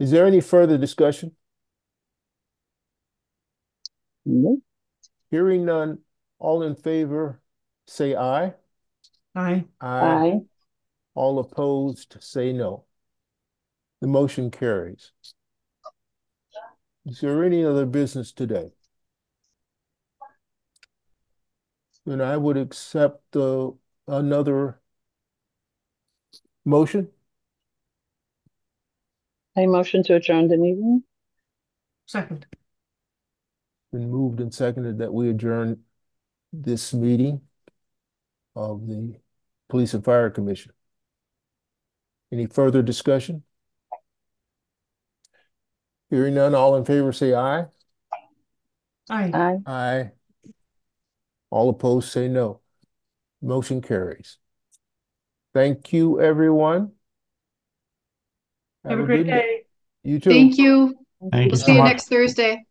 Is there any further discussion? No. Hearing none, all in favor, say aye. Aye. Aye. All opposed, say no. The motion carries. Is there any other business today? Then I would accept the, another motion. I motion to adjourn the meeting. Second. Been moved and seconded that we adjourn this meeting of the Police and Fire Commission. Any further discussion? Hearing none, all in favor say aye. Aye. Aye. Aye. All opposed say no. Motion carries. Thank you, everyone. Have a great good day. You too. Thank you. Thank you We'll so see you much. next Thursday.